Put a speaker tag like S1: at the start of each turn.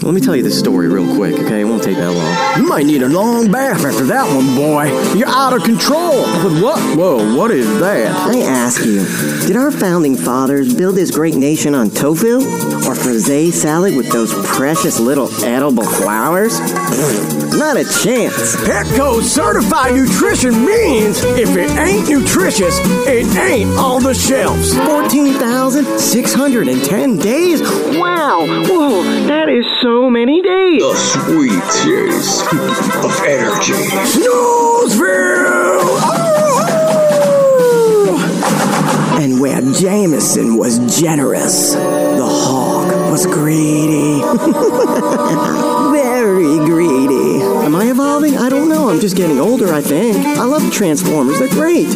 S1: Let me tell you this story real quick, okay? It won't take that long.
S2: You might need a long bath after that one, boy. You're out of control. But what? Whoa, what is that?
S3: I ask you, did our founding fathers build this great nation on tofu or frisee salad with those precious little edible flowers? Not a chance.
S2: Petco certified nutrition means if it ain't nutritious, it ain't on the shelves.
S3: 14,610 days? Wow! Whoa, that is so many days!
S4: The sweet juice of energy.
S2: Snoozeville! Oh! And where Jameson was generous, the hog was greedy.
S3: Very greedy. Am I evolving? I don't know. I'm just getting older, I think. I love Transformers, they're great.